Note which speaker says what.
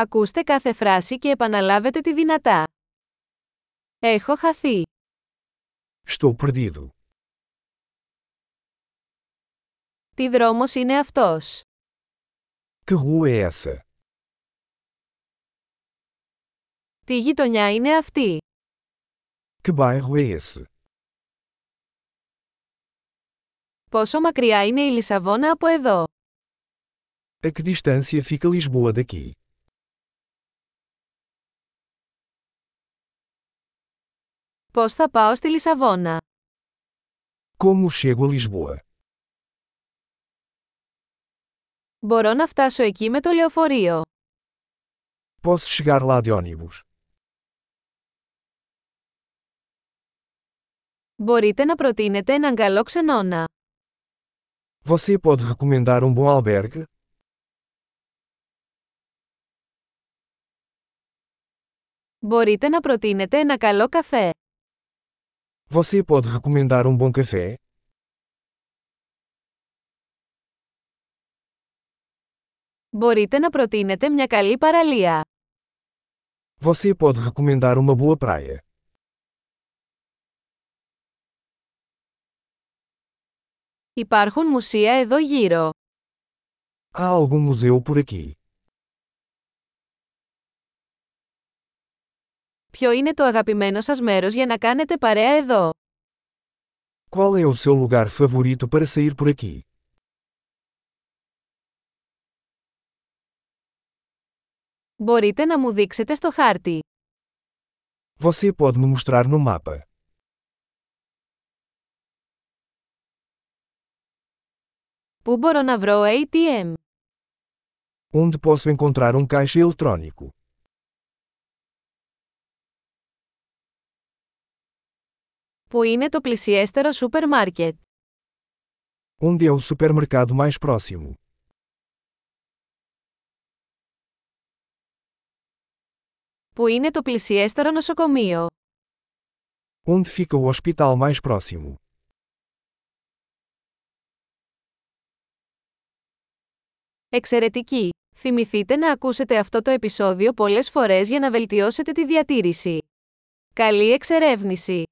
Speaker 1: Ακούστε κάθε φράση και επαναλάβετε τη δυνατά. Έχω χαθεί.
Speaker 2: Estou perdido.
Speaker 1: Τι δρόμος είναι αυτός.
Speaker 2: Que rua é essa?
Speaker 1: Τι γειτονιά είναι αυτή.
Speaker 2: Que bairro é esse?
Speaker 1: Πόσο μακριά είναι η Λισαβόνα από εδώ.
Speaker 2: A que distância fica Lisboa daqui?
Speaker 1: Πώς θα πάω στη Λισαβόνα.
Speaker 2: Como chego a Lisboa?
Speaker 1: Μπορώ να φτάσω εκεί με το λεωφορείο.
Speaker 2: Posso chegar lá de ônibus?
Speaker 1: Μπορείτε να προτείνετε έναν καλό ξενώνα.
Speaker 2: Você pode recomendar um bom albergue?
Speaker 1: Μπορείτε να προτείνετε ένα καλό καφέ.
Speaker 2: Você pode recomendar um bom café?
Speaker 1: Μπορείτε να προτείνετε μια καλή παραλία.
Speaker 2: Você pode recomendar uma boa praia?
Speaker 1: Υπάρχουν μουσεία εδώ γύρω.
Speaker 2: Há algum museu por aqui?
Speaker 1: Ποιο είναι το αγαπημένο σας μέρος για να κάνετε παρέα εδώ.
Speaker 2: Qual é o seu lugar favorito para sair por aqui?
Speaker 1: Μπορείτε να μου δείξετε στο χάρτη.
Speaker 2: Você pode me mostrar no mapa.
Speaker 1: Πού μπορώ να βρω ATM.
Speaker 2: Onde posso encontrar um caixa eletrônico?
Speaker 1: Πού είναι το πλησιέστερο σούπερ μάρκετ.
Speaker 2: Onde é o supermercado mais próximo?
Speaker 1: Πού είναι το πλησιέστερο νοσοκομείο.
Speaker 2: Onde fica o hospital mais próximo?
Speaker 1: Εξαιρετική! Θυμηθείτε να ακούσετε αυτό το επεισόδιο πολλές φορές για να βελτιώσετε τη διατήρηση. Καλή εξερεύνηση!